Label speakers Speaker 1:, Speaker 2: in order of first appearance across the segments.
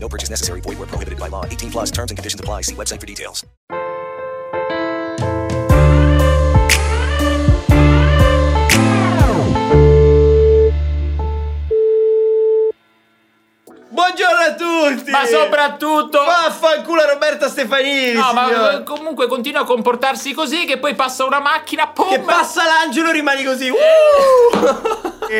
Speaker 1: No purchase necessary. Void where prohibited by law. 18 plus terms and conditions apply. See website for details.
Speaker 2: Buongiorno a tutti!
Speaker 3: Ma soprattutto...
Speaker 2: Vaffanculo a Roberta Stefanini!
Speaker 3: No, ma
Speaker 2: signore.
Speaker 3: eh, comunque continua a comportarsi così che poi passa una macchina, pum,
Speaker 2: Che passa l'angelo rimani così!
Speaker 3: Eh,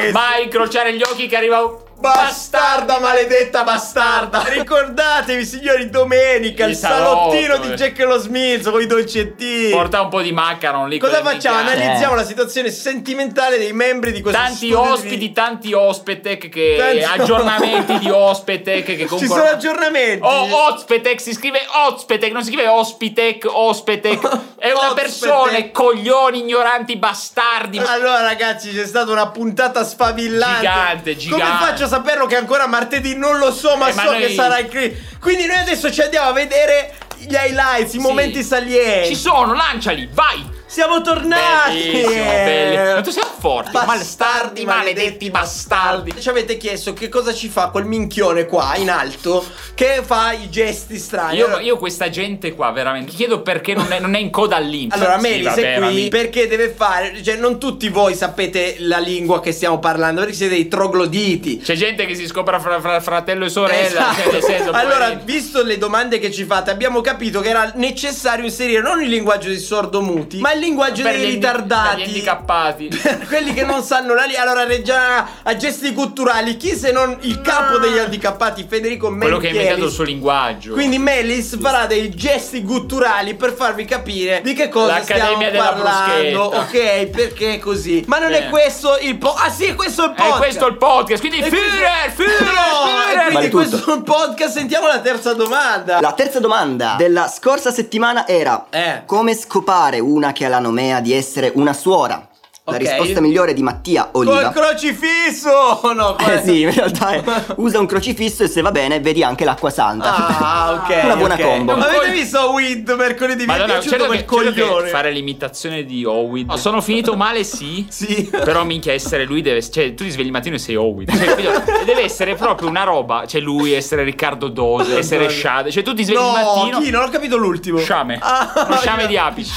Speaker 2: Uh!
Speaker 3: vai a incrociare gli occhi che arriva un...
Speaker 2: Bastarda, maledetta bastarda! Ricordatevi, signori, domenica il,
Speaker 3: Il
Speaker 2: salottino
Speaker 3: salotto,
Speaker 2: di
Speaker 3: eh.
Speaker 2: Jack e lo Smith con i dolcettini.
Speaker 3: Porta un po' di maccaron lì.
Speaker 2: Cosa
Speaker 3: così
Speaker 2: facciamo?
Speaker 3: minchia.
Speaker 2: Analizziamo la situazione sentimentale dei membri di questo
Speaker 3: Eh. Tanti
Speaker 2: studio di-
Speaker 3: ospiti, tanti ospitec che...
Speaker 2: Tanti-
Speaker 3: Aggiornamenti di ospitec che comunque...
Speaker 2: Ci sono aggiornamenti.
Speaker 3: Oh, Ospetec si scrive Ospetec, non si scrive Ospitec, Ospetec. È una
Speaker 2: Ospitec.
Speaker 3: persona, coglioni, ignoranti, bastardi.
Speaker 2: Allora ragazzi c'è stata una puntata sfavillante
Speaker 3: Gigante, gigante.
Speaker 2: Come faccio a saperlo che ancora martedì non lo so ma
Speaker 3: Eh,
Speaker 2: so
Speaker 3: ma
Speaker 2: che
Speaker 3: noi-
Speaker 2: sarà il cri- Quindi noi adesso ci andiamo a vedere gli highlights, i
Speaker 3: Sì.
Speaker 2: momenti salienti
Speaker 3: Ci sono, lanciali, vai!
Speaker 2: Siamo tornati
Speaker 3: Bellissimo, belli- Ma tu sei forte,
Speaker 2: Bastardi,
Speaker 3: bastardi, maledetti bastardi.
Speaker 2: Ci avete chiesto che cosa ci fa quel minchione qua in alto Che fa i gesti strani
Speaker 3: Io,
Speaker 2: Allora-
Speaker 3: io questa gente qua veramente chiedo perché non è, non è in coda all'Inps.
Speaker 2: Allora,
Speaker 3: Sì,
Speaker 2: Melis
Speaker 3: vabbè,
Speaker 2: è
Speaker 3: ma
Speaker 2: qui
Speaker 3: mi-
Speaker 2: perché deve fare. Cioè, non tutti voi sapete la lingua che stiamo parlando, perché siete dei trogloditi.
Speaker 3: C'è gente che si scopre fra, fra- fratello e sorella.
Speaker 2: Esatto.
Speaker 3: cioè, nel senso,
Speaker 2: allora,
Speaker 3: poi-
Speaker 2: visto le domande che ci fate, abbiamo capito che era necessario inserire non il linguaggio dei sordomuti, ma il linguaggio
Speaker 3: per
Speaker 2: dei
Speaker 3: indi-
Speaker 2: ritardati.
Speaker 3: per gli handicappati.
Speaker 2: Per quelli che non sanno la lingua. Allora, Reggiana a gesti culturali, chi se non il capo degli handicappati, Federico Menchielis.
Speaker 3: Ah. Quello che ha inventato il suo linguaggio.
Speaker 2: Quindi Melis farà dei gesti gutturali per farvi capire di che cosa
Speaker 3: L'Accademia
Speaker 2: stiamo
Speaker 3: della
Speaker 2: parlando, ok? Perché è così. Ma non è
Speaker 3: Eh.
Speaker 2: questo il po Ah sì, questo è il
Speaker 3: è
Speaker 2: podcast.
Speaker 3: Eh, questo il podcast. Quindi,
Speaker 2: E quindi-
Speaker 3: Führer, Führer,
Speaker 2: No, e
Speaker 3: Führer.
Speaker 2: quindi questo è il podcast, sentiamo la terza domanda.
Speaker 4: La terza domanda della scorsa settimana era
Speaker 2: Eh.
Speaker 4: Come scopare una che ha la nomea di essere una suora? La
Speaker 2: Ok.
Speaker 4: risposta migliore di Mattia
Speaker 2: Col
Speaker 4: Oliva
Speaker 2: crocifisso! No, qua-
Speaker 4: Eh sì, in realtà è- usa un crocifisso e se va bene vedi anche l'acqua santa
Speaker 2: Ah, ok.
Speaker 4: Una buona
Speaker 2: ok.
Speaker 4: combo.
Speaker 2: Ma Avete
Speaker 3: Poi-
Speaker 2: visto Wind mercoledì? Mi è
Speaker 3: Madonna,
Speaker 2: piaciuto
Speaker 3: certo
Speaker 2: quel
Speaker 3: che, certo che
Speaker 2: coglione.
Speaker 3: fare l'imitazione di Howard. No, sono finito male, sì.
Speaker 2: Sì.
Speaker 3: Però minchia essere lui deve cioè tu ti svegli il mattino e sei Howard. Cioè, capito? deve essere proprio una roba, cioè lui essere Riccardo Dose, essere Shade, cioè tu ti svegli
Speaker 2: No,
Speaker 3: il mattino
Speaker 2: chi? Non ho capito l'ultimo.
Speaker 3: Sciame,
Speaker 2: Ah,
Speaker 3: Lo sciame
Speaker 2: io-
Speaker 3: di apice.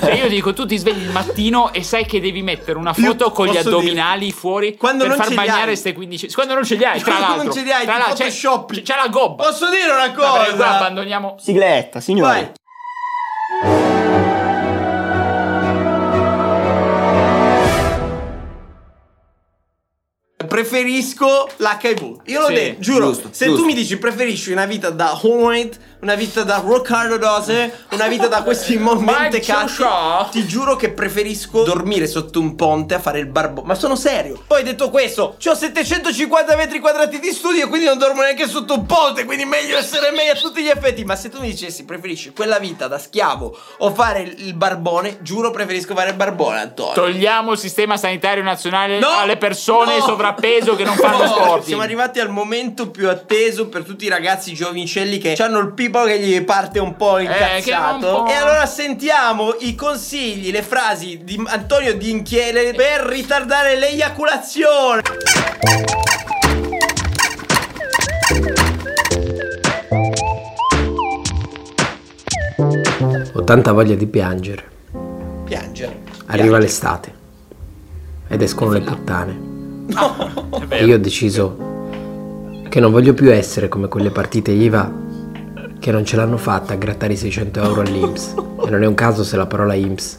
Speaker 3: Cioè, io dico, tu ti svegli il mattino e sai che devi mettere una
Speaker 2: Più-
Speaker 3: foto con gli
Speaker 2: posso
Speaker 3: addominali fuori
Speaker 2: Quando
Speaker 3: per
Speaker 2: non ce
Speaker 3: far
Speaker 2: li
Speaker 3: bagnare
Speaker 2: hai.
Speaker 3: ste 15. Quando non ce li hai, tra
Speaker 2: Quando non
Speaker 3: l'altro.
Speaker 2: ce li hai,
Speaker 3: tra
Speaker 2: ti
Speaker 3: l'altro, c'è-
Speaker 2: photoshoppi.
Speaker 3: C'è la gobba.
Speaker 2: Posso dire una
Speaker 3: Vabbè,
Speaker 2: cosa?
Speaker 3: qua abbandoniamo.
Speaker 4: Sigletta, signore
Speaker 2: Vai. Preferisco l'HIV. Io lo
Speaker 3: Sì,
Speaker 2: detto, giuro.
Speaker 4: giusto,
Speaker 2: se tu
Speaker 4: giusto.
Speaker 2: mi dici preferisci una vita da Hoyt, una vita da Roccardo Dose, una vita da questi momenti
Speaker 3: Mike
Speaker 2: cazzi,
Speaker 3: Ciuscia.
Speaker 2: ti giuro che preferisco dormire sotto un ponte a fare il barbo. Ma sono serio. Poi detto questo, ho 750 metri quadrati di studio, quindi non dormo neanche sotto un ponte, quindi meglio essere meglio a tutti gli effetti. Ma se tu mi dicessi preferisci quella vita da schiavo o fare il il barbone, giuro preferisco fare il barbone, Antonio.
Speaker 3: Togliamo il sistema sanitario nazionale
Speaker 2: No!
Speaker 3: alle persone
Speaker 2: No!
Speaker 3: sovrappeso che non fanno
Speaker 2: No!
Speaker 3: sport.
Speaker 2: Siamo arrivati al momento più atteso per tutti i ragazzi giovincelli che hanno il pipo che gli parte un po'
Speaker 3: Eh, che era un
Speaker 2: incazzato.
Speaker 3: po'-
Speaker 2: E allora sentiamo i consigli, le frasi di Antonio Dinchiele per ritardare l'eiaculazione.
Speaker 5: Ho tanta voglia di piangere.
Speaker 2: Piangere.
Speaker 5: Arriva l'estate ed escono le puttane.
Speaker 3: È
Speaker 5: E
Speaker 3: vero.
Speaker 5: io ho deciso che non voglio più essere come quelle partite IVA che non ce l'hanno fatta a grattare i 600 euro all'Inps. E non è un caso se la parola IMSS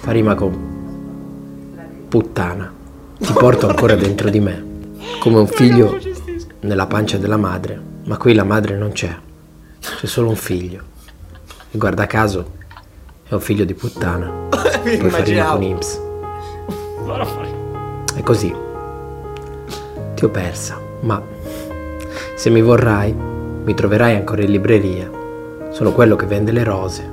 Speaker 5: fa rima con puttana. Ti porto ancora dentro di me, come un figlio nella pancia della madre. Ma qui la madre non c'è, c'è solo un figlio. E guarda caso, è un figlio di puttana.
Speaker 2: Mi
Speaker 5: Poi farina
Speaker 2: immaginavo.
Speaker 5: con IMSS. E così ti ho persa, ma se mi vorrai mi troverai ancora in libreria Sono quello che vende le rose.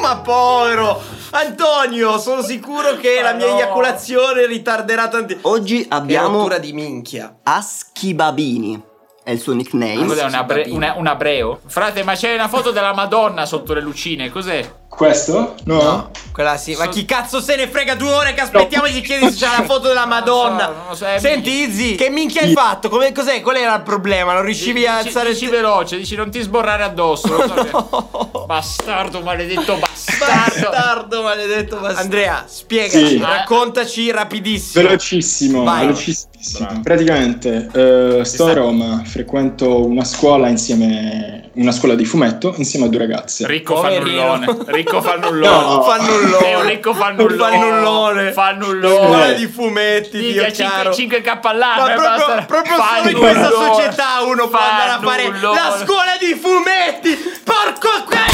Speaker 2: Ma povero! Antonio, sono sicuro che la mia eiaculazione ritarderà tantissimo.
Speaker 4: Oggi
Speaker 2: Abbiamo
Speaker 4: abbiamo
Speaker 2: cura di minchia.
Speaker 4: Aschibabini, è il suo nickname.
Speaker 3: Cos'è un, abre- Ah, una- un abreo? Frate, ma c'è una foto della Madonna sotto le lucine, cos'è?
Speaker 6: Questo? No.
Speaker 2: No, quella sì. Ma
Speaker 3: So-
Speaker 2: chi cazzo se ne frega due ore che aspettiamo e gli chiedi se c'è la foto della Madonna?
Speaker 3: Non lo so, eh,
Speaker 2: Senti, Izzy, che minchia hai fatto? Come, cos'è? Qual era il problema? Non riuscivi a
Speaker 3: Dici-
Speaker 2: alzare il
Speaker 3: dici veloce, dici non ti sborrare addosso. lo so che- Bastardo, maledetto bastardo.
Speaker 2: Bastardo, maledetto bastardo. Andrea, spiegaci,
Speaker 6: Sì.
Speaker 2: raccontaci rapidissimo.
Speaker 6: Velocissimo,
Speaker 2: Vai.
Speaker 6: velocissimissimo.
Speaker 7: Bravo.
Speaker 6: Praticamente eh, sto
Speaker 2: Esatto.
Speaker 6: a Roma, frequento una scuola insieme una scuola di fumetto insieme a due ragazze.
Speaker 3: Ricco
Speaker 2: Poverino.
Speaker 3: fannullone, ricco fannullone.
Speaker 6: No,
Speaker 2: fannullone.
Speaker 3: È un ricco fannullone.
Speaker 2: Un fannullone. Scuola
Speaker 3: Fannullone.
Speaker 2: di fumetti, Dio caro.
Speaker 3: 5 K all'anno.
Speaker 2: Ma
Speaker 3: e
Speaker 2: proprio,
Speaker 3: basta.
Speaker 2: proprio solo in
Speaker 3: Fannullone.
Speaker 2: questa società uno può andare a fare
Speaker 3: Fannullone.
Speaker 2: la scuola di fumetti! Porco que-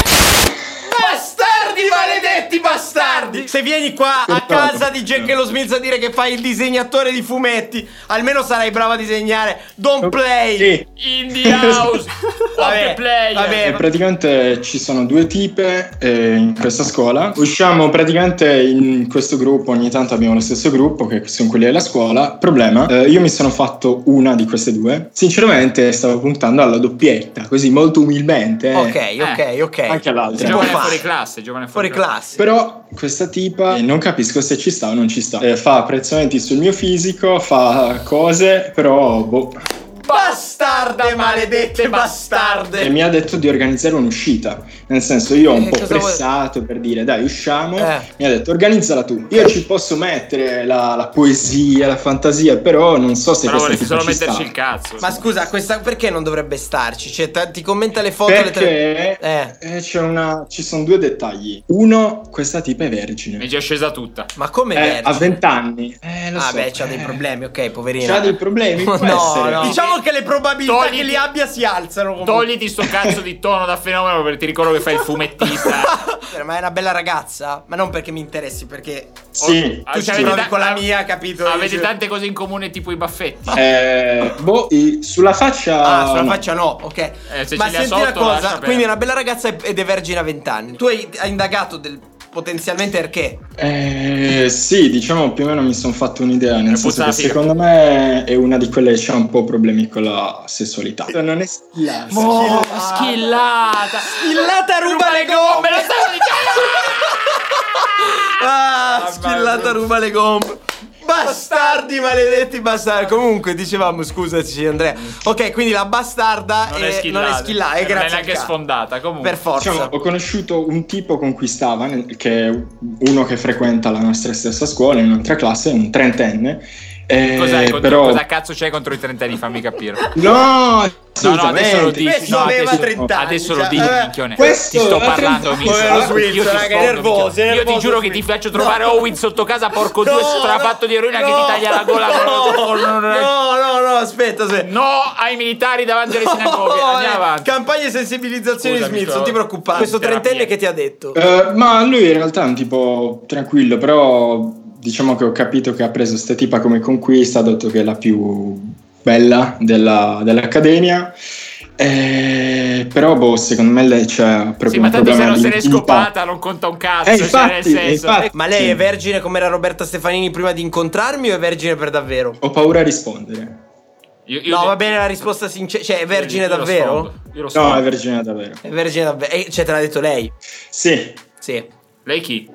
Speaker 2: Bastardi, maledetti bastardi! Se vieni qua a casa di Jack e lo Smith a dire che fai il disegnatore di fumetti, almeno sarai bravo a disegnare. Don't play!
Speaker 6: Sì.
Speaker 3: Indie House.
Speaker 2: Vabbè,
Speaker 3: Vabbè, player.
Speaker 2: vabbè.
Speaker 6: E praticamente ci sono due tipe eh, in questa scuola. Usciamo praticamente in questo gruppo, ogni tanto abbiamo lo stesso gruppo che sono quelli della scuola. Problema, eh, io mi sono fatto una di queste due. Sinceramente stavo puntando alla doppietta, così molto umilmente. eh.
Speaker 2: Ok, ok, ok.
Speaker 6: Anche all'altra.
Speaker 2: Si può
Speaker 3: Giovane
Speaker 2: fare.
Speaker 3: fuori classe, giovane fuori,
Speaker 2: Fuori classe.
Speaker 6: Però questa tipa eh, non capisco se ci sta o non ci sta. Eh, fa apprezzamenti sul mio fisico, fa cose, però boh.
Speaker 2: Bastarde, maledette bastarde.
Speaker 6: E mi ha detto di organizzare un'uscita. Nel senso, io ho un
Speaker 2: Eh,
Speaker 6: po'
Speaker 2: cosa vuoi?
Speaker 6: pressato per dire dai, usciamo.
Speaker 2: Eh.
Speaker 6: Mi ha detto organizzala tu. Io ci posso mettere la, la poesia, la fantasia, però non so se
Speaker 3: Però volevi
Speaker 6: questa tipa
Speaker 3: solo
Speaker 6: ci sta.
Speaker 3: metterci il cazzo.
Speaker 2: Ma scusa, questa perché non dovrebbe starci? Cioè, ta- ti commenta le foto le
Speaker 6: Perché
Speaker 2: Eh.
Speaker 6: eh, c'è una- ci sono due dettagli. Uno, questa tipa è
Speaker 3: Mi è
Speaker 6: vergine.
Speaker 3: già scesa tutta.
Speaker 2: Ma come
Speaker 6: Eh,
Speaker 2: vergine?
Speaker 6: a 20 anni. Eh, lo
Speaker 2: Ah,
Speaker 6: so.
Speaker 2: beh, c'ha dei
Speaker 6: Eh.
Speaker 2: problemi, ok, poverino.
Speaker 6: C'ha dei problemi? Può
Speaker 2: No,
Speaker 6: essere.
Speaker 2: no. Diciamo che le probabilità
Speaker 3: Togliti-
Speaker 2: che li abbia si alzano. comunque.
Speaker 3: Togliti sto cazzo di tono da fenomeno perché ti ricordo che fai il fumettista.
Speaker 2: Ma è una bella ragazza? Ma non perché mi interessi, perché
Speaker 6: Sì.
Speaker 3: Ah,
Speaker 2: tu
Speaker 3: cioè,
Speaker 2: ci
Speaker 3: avete
Speaker 2: trovi
Speaker 3: ta-
Speaker 2: con la mia, capito?
Speaker 3: Avete
Speaker 2: Dici-
Speaker 3: tante cose in comune tipo i baffetti.
Speaker 6: Eh, boh, eh, sulla faccia...
Speaker 2: Ah, sulla
Speaker 6: no.
Speaker 2: faccia no, ok.
Speaker 3: se
Speaker 2: Ma
Speaker 3: ce li
Speaker 2: senti
Speaker 3: ha sotto,
Speaker 2: una
Speaker 3: lascia
Speaker 2: cosa,
Speaker 3: perdere.
Speaker 2: quindi è una bella ragazza ed è vergine a 20 anni. Tu hai, hai indagato del potenzialmente perché?
Speaker 6: Eh, sì, diciamo più o meno mi sono fatto un'idea, nel
Speaker 3: È
Speaker 6: senso
Speaker 3: buttata
Speaker 6: che
Speaker 3: la figa.
Speaker 6: secondo me è una di quelle che ha un po' problemi con la sessualità. Non è schilata.
Speaker 2: Ah,
Speaker 3: Ma schillata.
Speaker 2: Schillata ruba le gomme!
Speaker 3: Oh, Me lo stavo
Speaker 2: Eh,
Speaker 3: dicendo.
Speaker 2: Ah, schillata ruba le gomme. Bastardi, maledetti bastardi. Comunque, dicevamo, scusaci, Andrea. Ok, quindi la bastarda
Speaker 3: Non
Speaker 2: è,
Speaker 3: è schillata. Eh,
Speaker 2: non è schillata, è
Speaker 3: Non
Speaker 2: grazie.
Speaker 3: è neanche
Speaker 2: al cazzo.
Speaker 3: sfondata, comunque.
Speaker 2: Per forza.
Speaker 6: Diciamo, ho conosciuto un tipo con cui stava, nel- che è uno che frequenta la nostra stessa scuola, in un'altra classe, un trentenne. eh,
Speaker 3: Cos'hai contro-
Speaker 6: però...
Speaker 3: Cosa cazzo c'è contro i trentenni? Fammi capire.
Speaker 6: No,
Speaker 3: No, no, adesso lo
Speaker 6: assolutamente.
Speaker 3: dici.
Speaker 2: Questo
Speaker 3: no,
Speaker 2: aveva
Speaker 3: adesso,
Speaker 2: 30 anni,
Speaker 3: Adesso lo
Speaker 2: cioè,
Speaker 3: dici,
Speaker 2: eh,
Speaker 3: minchione.
Speaker 6: questo
Speaker 3: Ti sto
Speaker 6: era
Speaker 3: parlando,
Speaker 6: 30
Speaker 3: minchione.
Speaker 2: Povero
Speaker 3: Io ti
Speaker 2: svizzero, raga,
Speaker 3: sfondo,
Speaker 2: nervoso,
Speaker 3: minchione. Io
Speaker 2: nervoso
Speaker 3: ti giuro che ti
Speaker 2: Smith.
Speaker 3: faccio trovare
Speaker 2: No.
Speaker 3: Owen sotto casa, porco due strafatto di eroina che
Speaker 2: no,
Speaker 3: ti taglia la gola. Oh,
Speaker 2: No, no, no, no, aspetta, aspetta.
Speaker 3: No ai militari davanti alle sinagoghe.
Speaker 2: Oh,
Speaker 3: Andiamo
Speaker 2: eh,
Speaker 3: avanti.
Speaker 2: Campagne di sensibilizzazione
Speaker 3: Scusami,
Speaker 2: Smith,
Speaker 3: però-
Speaker 2: non ti preoccupare. Questo
Speaker 3: Terapia.
Speaker 2: trentenne che ti ha detto?
Speaker 6: Eh, ma lui in realtà è un tipo tranquillo, però diciamo che ho capito che ha preso sta tipa come conquista, ha detto che è la più bella della- dell'accademia. Eh, però, boh, secondo me lei c'è proprio
Speaker 3: Sì,
Speaker 6: un
Speaker 3: ma tanto se
Speaker 6: problema
Speaker 3: non se
Speaker 6: di
Speaker 3: n'è
Speaker 6: intimità.
Speaker 3: scopata, non conta un cazzo. cioè,
Speaker 6: Eh,
Speaker 3: nel
Speaker 6: infatti,
Speaker 3: senso.
Speaker 6: infatti.
Speaker 2: Ma lei è
Speaker 6: sì.
Speaker 2: vergine come era Roberta Stefanini prima di incontrarmi o è vergine per davvero?
Speaker 6: Ho paura a rispondere.
Speaker 3: Io- io-
Speaker 2: No, va bene la risposta sincera. Cioè, è vergine
Speaker 3: io lo
Speaker 2: davvero?
Speaker 3: sfondo, Io lo so.
Speaker 6: No, è vergine davvero.
Speaker 2: È vergine davvero. Eh, Cioè, te l'ha detto lei.
Speaker 6: Sì,
Speaker 2: Sì.
Speaker 3: Lei chi?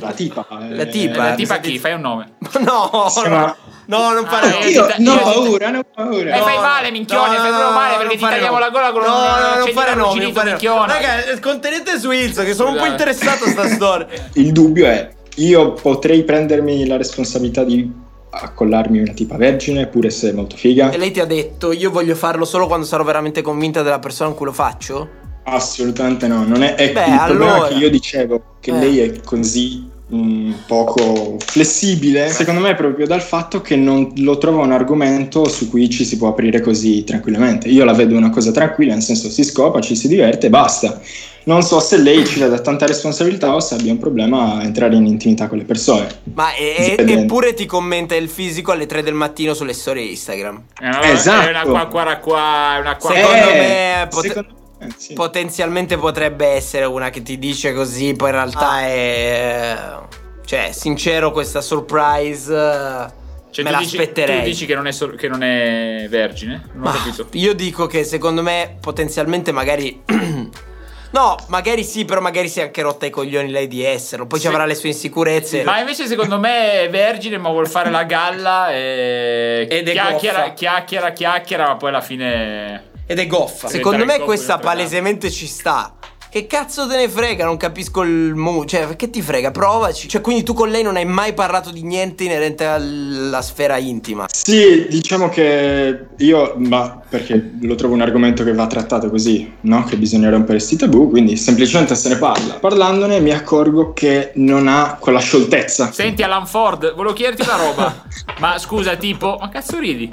Speaker 6: la tipa. eh,
Speaker 2: La tipa.
Speaker 3: La
Speaker 2: Eh,
Speaker 3: tipa
Speaker 2: mi sa
Speaker 3: chi?
Speaker 2: che-
Speaker 3: Fai un nome.
Speaker 2: No,
Speaker 6: Sì,
Speaker 2: no.
Speaker 6: ma-
Speaker 2: no, non fare.
Speaker 3: Ah,
Speaker 6: Io
Speaker 3: Io-
Speaker 6: non ho
Speaker 3: io-
Speaker 6: paura, non ho paura.
Speaker 3: Eh, fai male, minchione, fai proprio male, perché ti
Speaker 2: fare
Speaker 3: tagliamo
Speaker 2: nomi.
Speaker 3: la gola con
Speaker 2: no,
Speaker 3: un-
Speaker 2: no, non
Speaker 3: accendi
Speaker 2: fare
Speaker 3: la
Speaker 2: nomi, non
Speaker 3: lucidità,
Speaker 2: fare nomi.
Speaker 3: minchione. Esatto.
Speaker 2: Raga, eh, contenete su Izzo, che sono un po'
Speaker 3: Scusate.
Speaker 2: interessato a sta storia.
Speaker 6: Il dubbio è, io potrei prendermi la responsabilità di accollarmi una tipa vergine, pure se è molto figa.
Speaker 2: E lei ti ha detto, io voglio farlo solo quando sarò veramente convinta della persona in cui lo faccio?
Speaker 6: Assolutamente no, non è, è
Speaker 2: Beh,
Speaker 6: il problema
Speaker 2: allora.
Speaker 6: che io dicevo che
Speaker 2: Eh.
Speaker 6: lei è così mm, poco flessibile, secondo me è proprio dal fatto che non lo trovo un argomento su cui ci si può aprire così tranquillamente. Io la vedo una cosa tranquilla, nel senso si scopa, ci si diverte e basta. Non so se lei ci dà tanta responsabilità o se abbia un problema a entrare in intimità con le persone.
Speaker 2: Ma e- e-
Speaker 6: Dipendente.
Speaker 2: eppure ti commenta il fisico alle 3 del mattino sulle storie Instagram.
Speaker 3: È una,
Speaker 6: Esatto.
Speaker 3: È una qua qua qua, è una qua
Speaker 6: Eh,
Speaker 2: Secondo me pot-
Speaker 6: secondo- Eh, sì.
Speaker 2: Potenzialmente potrebbe essere una che ti dice così, poi in realtà
Speaker 3: Ah.
Speaker 2: è. Cioè, sincero, questa surprise. eh,
Speaker 3: Cioè,
Speaker 2: me
Speaker 3: tu
Speaker 2: la
Speaker 3: dici-
Speaker 2: aspetterei.
Speaker 3: Tu dici che non è, sor- che non è vergine? Non
Speaker 2: Ma
Speaker 3: ho capito.
Speaker 2: io dico che secondo me potenzialmente magari. no, magari sì, però magari si è anche rotta i coglioni lei di esserlo. Poi ci
Speaker 3: Sì.
Speaker 2: avrà le sue insicurezze.
Speaker 3: Ma Ah, invece secondo me è vergine ma vuol fare la galla e
Speaker 2: Ed è
Speaker 3: chiacchiera,
Speaker 2: goffa.
Speaker 3: chiacchiera, chiacchiera ma poi alla fine...
Speaker 2: Ed è goffa.
Speaker 3: Diventare
Speaker 2: Secondo me
Speaker 3: goffa
Speaker 2: questa
Speaker 3: diventa goffa.
Speaker 2: palesemente ci sta. Che cazzo te ne frega? Non capisco il mu. Cioè, perché ti frega? Provaci. Cioè, quindi tu con lei non hai mai parlato di niente inerente alla sfera intima.
Speaker 6: Sì, diciamo che io, ma perché lo trovo un argomento che va trattato così, no? Che bisogna rompere questi tabù, quindi semplicemente se ne parla. Parlandone mi accorgo che non ha quella scioltezza.
Speaker 3: Senti Alan Ford, volevo chiederti una roba. ma scusa, tipo, ma cazzo ridi?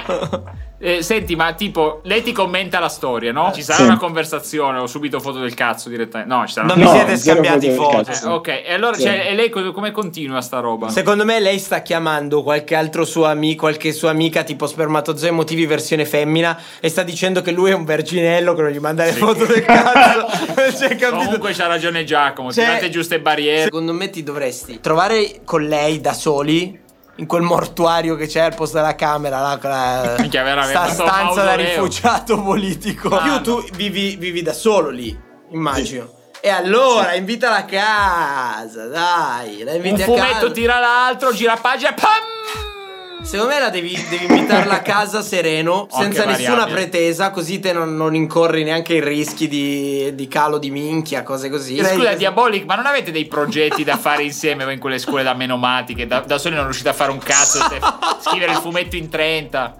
Speaker 3: Eh, senti, ma tipo, lei ti commenta la storia, no? Ci sarà
Speaker 6: Sì.
Speaker 3: una conversazione, ho subito foto del cazzo direttamente. No, ci sarà
Speaker 2: Non
Speaker 3: una
Speaker 2: mi
Speaker 6: No,
Speaker 2: siete
Speaker 6: zero
Speaker 2: scambiati
Speaker 6: foto del
Speaker 2: foto.
Speaker 6: cazzo.
Speaker 3: Eh, ok, e allora
Speaker 6: Sì.
Speaker 3: cioè, e lei co- come continua sta roba?
Speaker 2: Secondo me lei sta chiamando qualche altro suo amico, qualche sua amica tipo spermatozoi emotivi versione femmina e sta dicendo che lui è un verginello che non gli manda le foto del cazzo. cioè, capito?
Speaker 3: Comunque c'ha ragione Giacomo,
Speaker 2: Cioè,
Speaker 3: tirate giuste barriere.
Speaker 2: Secondo me ti dovresti trovare con lei da soli in quel mortuario che c'è al posto della camera, là, con la-
Speaker 3: Minchia, veramente,
Speaker 2: sta
Speaker 3: sto
Speaker 2: stanza da
Speaker 3: mausoleo.
Speaker 2: rifugiato politico.
Speaker 3: Ah,
Speaker 2: Più
Speaker 3: no.
Speaker 2: tu vivi, vivi da solo lì, immagino. E allora invitala a casa, dai, la
Speaker 3: Un
Speaker 2: inviti a casa.
Speaker 3: fumetto tira l'altro, gira pagina, pam!
Speaker 2: Secondo me la devi, devi invitarla a casa sereno,
Speaker 3: Anche
Speaker 2: senza nessuna
Speaker 3: variabile.
Speaker 2: pretesa, così te non, non incorri neanche in rischi di, di calo di minchia, cose così.
Speaker 3: E
Speaker 2: Lei-
Speaker 3: Scusa, Diabolic, ma non avete dei progetti da fare insieme voi in quelle scuole da menomatiche? Da, da soli non riuscite a fare un cazzo, se- scrivere il fumetto in 30,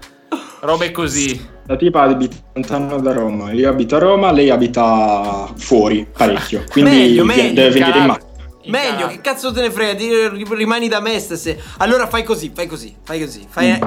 Speaker 3: robe così.
Speaker 6: La tipa abita lontano da Roma, io abito a Roma, lei abita fuori parecchio,
Speaker 3: Ah,
Speaker 6: quindi
Speaker 2: Meglio,
Speaker 6: de-
Speaker 2: meglio,
Speaker 6: deve venire in
Speaker 3: Calab-
Speaker 6: macchina.
Speaker 3: in
Speaker 2: Meglio,
Speaker 3: Calab-
Speaker 2: che cazzo te ne frega, di- rimani da me stesse. Allora fai così, fai così, fai così, fai...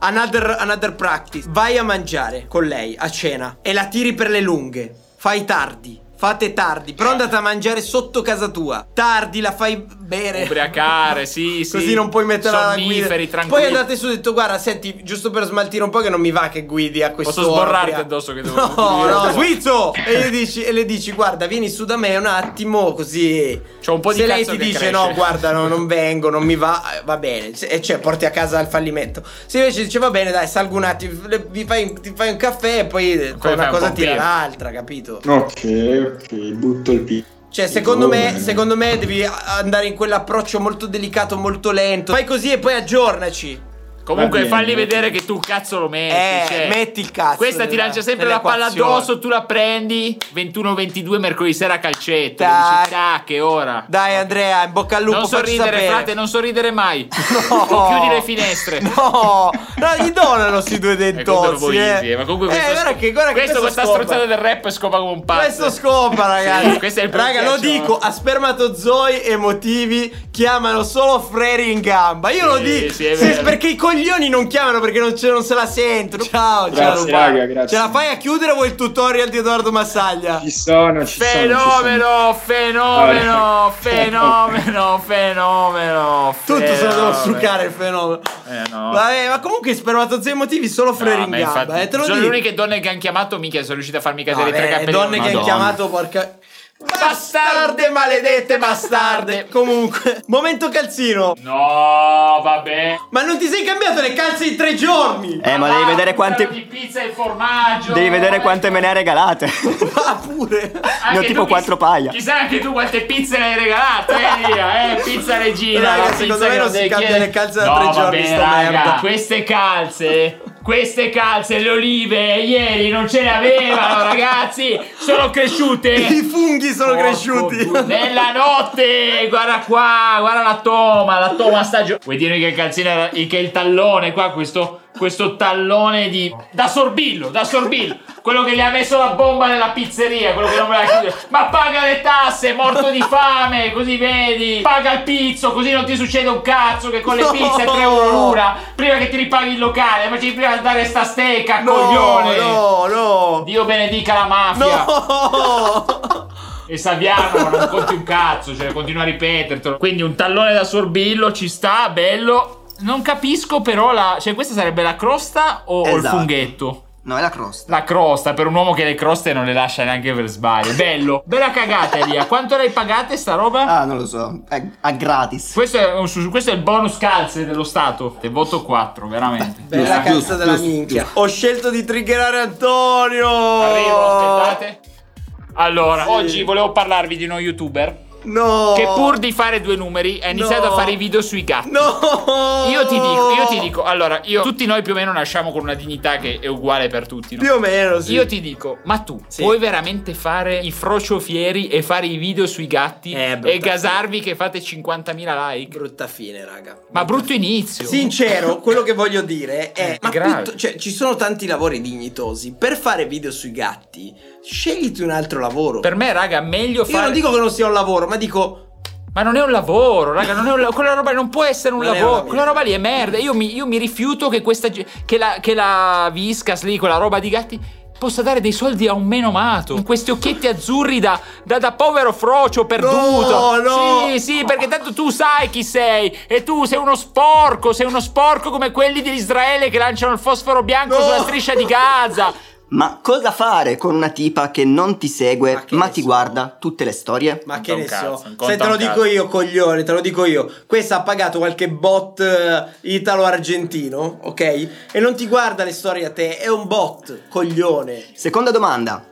Speaker 2: Another, another practice. Vai a mangiare con lei a cena e la tiri per le lunghe. Fai tardi, fate tardi, però andate a mangiare sotto casa tua. Tardi la fai bere.
Speaker 3: Ubriacare, sì, sì.
Speaker 2: Così non puoi metterla alla guida.
Speaker 3: Sonniferi, tranquilli.
Speaker 2: Poi andate su e detto "Guarda, senti, giusto per smaltire un po' che non mi va che guidi a questo
Speaker 3: Posso sborrarti addosso che devo-
Speaker 2: No, no, guizzo! e, le dici, e le dici, "Guarda, vieni su da me un attimo, così
Speaker 3: C'ho un po' di
Speaker 2: Se lei
Speaker 3: cazzo
Speaker 2: ti
Speaker 3: che
Speaker 2: dice
Speaker 3: cresce.
Speaker 2: "No, guarda, no, non vengo, non mi va", eh, va bene, Se- e cioè porti a casa al fallimento. Se invece dice "Va bene, dai, salgo un attimo, le- vi fai, ti fai un caffè e poi eh,
Speaker 3: Poi fai
Speaker 2: una
Speaker 3: un
Speaker 2: cosa
Speaker 3: po'
Speaker 2: tira
Speaker 3: birra.
Speaker 2: l'altra", capito?
Speaker 6: Ok, ok, butto il p.
Speaker 2: Cioè, secondo me,
Speaker 6: Oh,
Speaker 2: secondo me devi andare in quell'approccio molto delicato, molto lento. Fai così e poi aggiornaci.
Speaker 3: Comunque
Speaker 6: Va bene.
Speaker 3: falli vedere che tu cazzo lo metti.
Speaker 2: Eh,
Speaker 3: cioè.
Speaker 2: metti il cazzo
Speaker 3: Questa ti
Speaker 2: nella-
Speaker 3: lancia sempre la palla
Speaker 2: nell'equazione.
Speaker 3: addosso, tu la prendi. 21-22 mercoledì sera a calcetto.
Speaker 2: Tac.
Speaker 3: Dici, tac, che ora.
Speaker 2: Dai, Andrea, in bocca al lupo.
Speaker 3: non
Speaker 2: facci
Speaker 3: sorridere,
Speaker 2: sapere.
Speaker 3: frate, non sorridere mai.
Speaker 2: No.
Speaker 3: O chiudi le finestre. Eh,
Speaker 2: No, no, gli donano sti due
Speaker 3: Ecco,
Speaker 2: dentozzi. Eh,
Speaker 3: ma comunque questo,
Speaker 2: eh, guarda che, guarda che
Speaker 3: questo con sta
Speaker 2: scopa.
Speaker 3: strozzata del rap scopa come un pazzo.
Speaker 2: Questo scopa, ragazzi.
Speaker 3: Sì, questo è il
Speaker 2: Raga, lo
Speaker 3: pensiero.
Speaker 2: dico, a spermatozoi emotivi chiamano solo freri in gamba. Io lo
Speaker 3: Sì,
Speaker 2: dico
Speaker 3: sì, è
Speaker 2: sì,
Speaker 3: vero.
Speaker 2: perché i coglioni non chiamano perché non, ce- non se la sentono. Ciao, ciao.
Speaker 6: Grazie, raga, grazie.
Speaker 2: Ce la fai a chiudere o vuoi il tutorial di Edoardo Massaglia?
Speaker 6: Ci sono, ci sono.
Speaker 3: Fenomeno, fenomeno,
Speaker 6: Guarda.
Speaker 3: fenomeno, fenomeno.
Speaker 2: Tutto se lo devo
Speaker 3: fenomeno.
Speaker 2: struccare il fenomeno.
Speaker 3: Eh, no.
Speaker 2: Vabbè, ma comunque spermatozoi emotivi solo
Speaker 3: No,
Speaker 2: freri in
Speaker 3: ma
Speaker 2: gamba,
Speaker 3: infatti,
Speaker 2: eh, te lo
Speaker 3: sono
Speaker 2: dico.
Speaker 3: le uniche donne che hanno chiamato, minchia, sono riuscite a farmi
Speaker 2: No,
Speaker 3: cadere
Speaker 2: vabbè,
Speaker 3: tre
Speaker 2: le
Speaker 3: capelli.
Speaker 2: donne che
Speaker 3: Madonna.
Speaker 2: hanno chiamato porca Bastarde, maledette bastarde. Comunque, momento calzino.
Speaker 3: No, vabbè.
Speaker 2: Ma non ti sei cambiato le calze in tre giorni?
Speaker 4: Eh, ma devi vedere
Speaker 3: Mangiano
Speaker 4: quante.
Speaker 3: di pizza e formaggio.
Speaker 4: Devi vedere quante me ne ha regalate.
Speaker 2: Ma pure.
Speaker 3: Anche
Speaker 4: ne ho
Speaker 3: tu
Speaker 4: tipo
Speaker 3: chi-
Speaker 4: quattro paia.
Speaker 3: Chissà anche tu quante pizze ne hai regalate, eh, Lia, eh, pizza regina.
Speaker 2: Raga,
Speaker 3: la
Speaker 2: secondo me
Speaker 3: pizza che
Speaker 2: non
Speaker 3: devi
Speaker 2: si cambia
Speaker 3: chiedere.
Speaker 2: le calze da
Speaker 3: No,
Speaker 2: tre
Speaker 3: vabbè,
Speaker 2: giorni, sta
Speaker 3: raga,
Speaker 2: merda.
Speaker 3: Queste calze, queste calze, le olive, ieri non ce le avevano, ragazzi, sono
Speaker 2: I Eh,
Speaker 3: cresciute.
Speaker 2: funghi sono cresciuti.
Speaker 3: Porco bu- Nella notte, guarda qua, guarda la toma, la toma sta giù. Vuoi dire che il calzino era, che il tallone qua, questo, questo tallone di... Da sorbillo, da sorbillo. Quello che gli ha messo la bomba nella pizzeria, quello che non voleva chiudere. Ma paga le tasse, è morto di fame, così vedi. Paga il pizzo, così non ti succede un cazzo che con le
Speaker 2: No.
Speaker 3: pizze è 3 euro l'una. Prima che ti ripaghi il locale, facevi prima di dare sta stecca, Eh, coglione.
Speaker 2: no, no.
Speaker 3: Dio benedica la mafia.
Speaker 2: No.
Speaker 3: E Saviano non conti un cazzo, cioè continua a ripetertelo. Quindi un tallone da sorbillo ci sta, bello. Non capisco però la... Cioè questa sarebbe la crosta o, o il
Speaker 4: Esatto.
Speaker 3: funghetto?
Speaker 4: No, è la crosta.
Speaker 3: La crosta, per un uomo che le croste non le lascia neanche per sbaglio. Bello, bella cagata Elia. Quanto l'hai pagata sta roba?
Speaker 4: Ah, non lo so. È, è gratis.
Speaker 3: Questo è, un su- questo è il bonus calze dello Stato. Te voto 4, veramente.
Speaker 2: Bella
Speaker 4: Giusto,
Speaker 2: cazzo della
Speaker 4: giusto,
Speaker 2: minchia. Ho scelto di triggerare Antonio.
Speaker 3: Arrivo, aspettate. Allora, oggi volevo parlarvi di uno youtuber
Speaker 2: No.
Speaker 3: che pur di fare due numeri ha iniziato
Speaker 2: No.
Speaker 3: a fare i video sui gatti.
Speaker 2: No.
Speaker 3: Io ti dico, io ti dico, allora, io, tutti noi più o meno nasciamo con una dignità che è uguale per tutti, no?
Speaker 2: Più o meno, sì.
Speaker 3: Io ti dico, ma tu
Speaker 2: Sì.
Speaker 3: vuoi veramente fare i frociofieri e fare i video sui gatti
Speaker 2: Eh, brutta
Speaker 3: e gasarvi che fate 50.000 like?
Speaker 2: Brutta fine, raga.
Speaker 3: Ma brutto Eh, inizio.
Speaker 2: Sincero, quello che voglio dire è: ma
Speaker 3: grave.
Speaker 2: tutto- cioè, ci sono tanti lavori dignitosi. Per fare video sui gatti, scegliti un altro lavoro.
Speaker 3: Per me, raga, meglio
Speaker 2: Io
Speaker 3: fare.
Speaker 2: non dico che non sia un lavoro, ma dico.
Speaker 3: Ma non è un lavoro, raga, non è un la- quella roba non può essere un
Speaker 2: Non è
Speaker 3: lavoro.
Speaker 2: una
Speaker 3: quella
Speaker 2: merda.
Speaker 3: roba lì è merda. Io mi, io mi rifiuto che questa ge- che la, che la Viscas lì, quella roba di gatti, possa dare dei soldi a un menomato. Con questi occhietti azzurri da, da, da povero frocio
Speaker 2: No,
Speaker 3: perduto.
Speaker 2: no.
Speaker 3: Sì, sì, perché tanto tu sai chi sei. E tu sei uno sporco, sei uno sporco come quelli dell'Israele che lanciano il fosforo bianco
Speaker 2: No.
Speaker 3: sulla striscia di Gaza.
Speaker 4: Ma cosa fare con una tipa che non ti segue,
Speaker 2: Ma
Speaker 4: ma,
Speaker 2: che ne
Speaker 4: ti
Speaker 2: so.
Speaker 4: guarda tutte le storie?
Speaker 2: Ma
Speaker 3: Conta
Speaker 2: che
Speaker 3: un
Speaker 2: ne
Speaker 3: cazzo,
Speaker 2: so.
Speaker 3: conta
Speaker 2: Se te
Speaker 3: un
Speaker 2: lo
Speaker 3: cazzo.
Speaker 2: dico io, coglione, te lo dico io. Questa ha pagato qualche bot eh, italo-argentino, ok? E non ti guarda le storie a te, è un bot, coglione.
Speaker 4: Seconda domanda.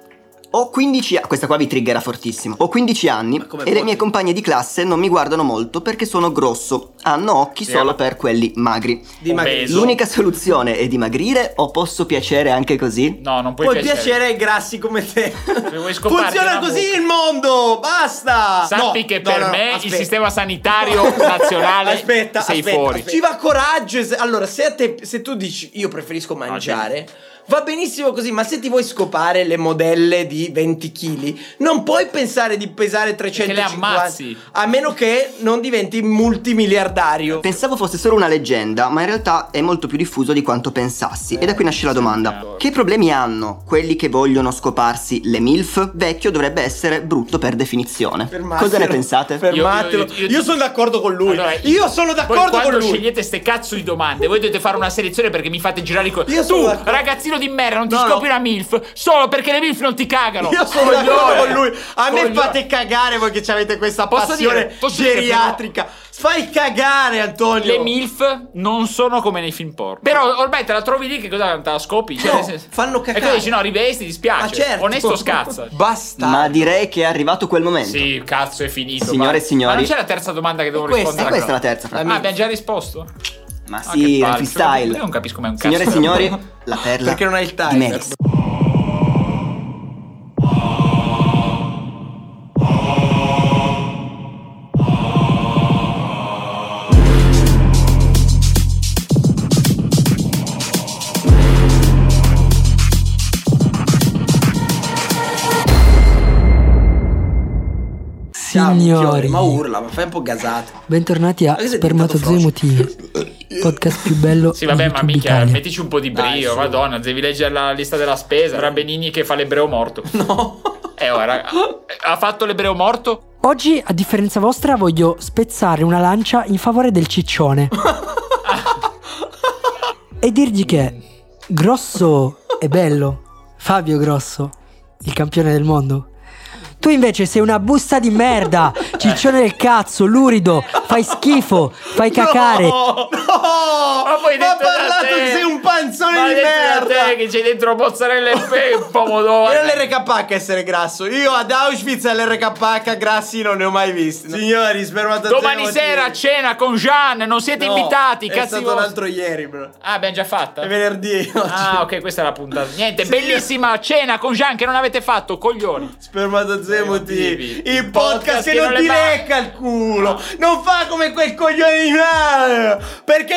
Speaker 4: Ho 15 anni, questa qua vi triggerà fortissimo. Ho 15 anni
Speaker 2: come
Speaker 4: e
Speaker 2: puoi-
Speaker 4: le mie compagne di classe non mi guardano molto perché sono grosso. Hanno occhi
Speaker 3: Sì,
Speaker 2: eh.
Speaker 3: ma-
Speaker 4: solo per quelli magri.
Speaker 2: Di
Speaker 3: Obeso.
Speaker 2: magri-
Speaker 3: Gesù.
Speaker 4: L'unica soluzione è dimagrire o posso piacere anche così?
Speaker 3: No, non puoi
Speaker 2: Puoi
Speaker 3: piacere.
Speaker 2: piacere ai grassi come te.
Speaker 3: vuoi scoparti
Speaker 2: Funziona
Speaker 3: una
Speaker 2: così
Speaker 3: bocca.
Speaker 2: il mondo. Basta.
Speaker 3: Sappi
Speaker 2: No,
Speaker 3: che
Speaker 2: no,
Speaker 3: per
Speaker 2: no, no,
Speaker 3: me il
Speaker 2: aspetta.
Speaker 3: sistema sanitario nazionale
Speaker 2: aspetta,
Speaker 3: sei
Speaker 2: aspetta,
Speaker 3: fuori.
Speaker 2: aspetta. Ci va coraggio. es- Allora, se, a te- se tu dici io preferisco
Speaker 3: Ah,
Speaker 2: mangiare, va benissimo così, ma se ti vuoi scopare le modelle di 20 kg, non puoi pensare di pesare
Speaker 3: le
Speaker 2: 350
Speaker 3: ammazzi.
Speaker 2: a meno che non diventi multimiliardario.
Speaker 4: Pensavo fosse solo una leggenda, ma in realtà è molto più diffuso di quanto pensassi. E da qui nasce la domanda: che problemi hanno quelli che vogliono scoparsi le MILF? Vecchio dovrebbe essere brutto per definizione.
Speaker 2: Fermatelo.
Speaker 4: Cosa ne pensate?
Speaker 2: Fermatelo. Io,
Speaker 3: Io- io- io-
Speaker 2: sono d'accordo con lui.
Speaker 3: Allora,
Speaker 2: io sono
Speaker 3: Voi
Speaker 2: d'accordo
Speaker 3: quando
Speaker 2: con lui.
Speaker 3: scegliete ste cazzo di domande, voi dovete fare una selezione perché mi fate girare i co-
Speaker 2: Io sono
Speaker 3: Tu,
Speaker 2: d'accordo.
Speaker 3: ragazzino di merda, non ti
Speaker 2: No,
Speaker 3: scopi
Speaker 2: no.
Speaker 3: una MILF solo perché le MILF non ti cagano.
Speaker 2: Io sono
Speaker 3: Coglione.
Speaker 2: d'accordo con lui. A me
Speaker 3: Coglione.
Speaker 2: fate cagare voi che avete questa
Speaker 3: Posso
Speaker 2: passione
Speaker 3: dire- posso dire,
Speaker 2: geriatrica. Fai cagare, Antonio.
Speaker 3: Le MILF non sono come nei film porno. Però ormai te la trovi lì che cosa te la scopi?
Speaker 2: No,
Speaker 3: nel senso-
Speaker 2: fanno
Speaker 3: E
Speaker 2: cacare.
Speaker 3: tu dici no, rivesti, dispiace.
Speaker 2: Ma certo.
Speaker 3: Onesto scazza.
Speaker 2: Basta.
Speaker 4: Ma direi che è arrivato quel momento.
Speaker 3: Sì, cazzo, è finito.
Speaker 4: Signore e
Speaker 3: vai. Ma
Speaker 4: signori.
Speaker 3: non c'è la terza domanda che devo
Speaker 2: questa,
Speaker 4: E
Speaker 3: rispondere?
Speaker 4: questa è la
Speaker 3: però?
Speaker 4: terza frase.
Speaker 3: Ah, abbiamo già risposto?
Speaker 4: Ma
Speaker 3: Ah,
Speaker 4: sì,
Speaker 3: che
Speaker 4: è
Speaker 3: palle,
Speaker 4: freestyle.
Speaker 3: io non capisco mai un cazzo.
Speaker 4: Signore e signori, la perla
Speaker 2: Perché non hai il
Speaker 4: di
Speaker 2: timer.
Speaker 4: Melis.
Speaker 2: Minchione,
Speaker 7: Signori,
Speaker 2: Ma urla, ma fai un po' gasato.
Speaker 7: bentornati a
Speaker 2: Ma che sei diventato
Speaker 7: Spermatozoi Emotivi, podcast più bello
Speaker 3: Sì, vabbè,
Speaker 7: di
Speaker 3: ma
Speaker 7: YouTube
Speaker 3: mica,
Speaker 7: Italia.
Speaker 3: mettici un po' di
Speaker 2: Dai,
Speaker 3: brio,
Speaker 2: su.
Speaker 3: madonna, devi leggere la lista della spesa. Tra Benigni che fa l'ebreo morto.
Speaker 2: No.
Speaker 3: Eh, ora, ha fatto l'ebreo morto?
Speaker 7: Oggi, a differenza vostra, voglio spezzare una lancia in favore del ciccione e dirgli che Grosso è bello, Fabio Grosso, il campione del mondo. Tu invece sei una busta di merda, ciccione del cazzo, lurido, fai schifo, fai cacare,
Speaker 2: No, no.
Speaker 3: Oh, Ma poi hai
Speaker 2: Ma ha
Speaker 3: detto da
Speaker 2: parlato
Speaker 3: te.
Speaker 2: che sei un panzone
Speaker 3: Ma hai
Speaker 2: di
Speaker 3: detto da
Speaker 2: merda.
Speaker 3: te che c'è dentro mozzarella e pe- pomodoro.
Speaker 2: Era l'RKH essere grasso. Io ad Auschwitz all'RKH grassi non ne ho mai visti. Signori, spermatozoi
Speaker 3: Domani
Speaker 2: emotivi.
Speaker 3: sera a cena con Jean, non siete
Speaker 2: No,
Speaker 3: invitati,
Speaker 2: È
Speaker 3: cazzi
Speaker 2: stato
Speaker 3: vostri.
Speaker 2: l'altro ieri, bro.
Speaker 3: Ah, abbiamo già fatta?
Speaker 2: È venerdì oggi.
Speaker 3: Ah, ok, questa è la puntata. Niente, bellissima cena con Jean che non avete fatto, coglioni.
Speaker 2: Spermatozoi emotivi.
Speaker 3: emotivi.
Speaker 2: Il podcast che non
Speaker 3: le
Speaker 2: ti
Speaker 3: fa.
Speaker 2: lecca il culo. Non fa come quel coglione di mano. Perché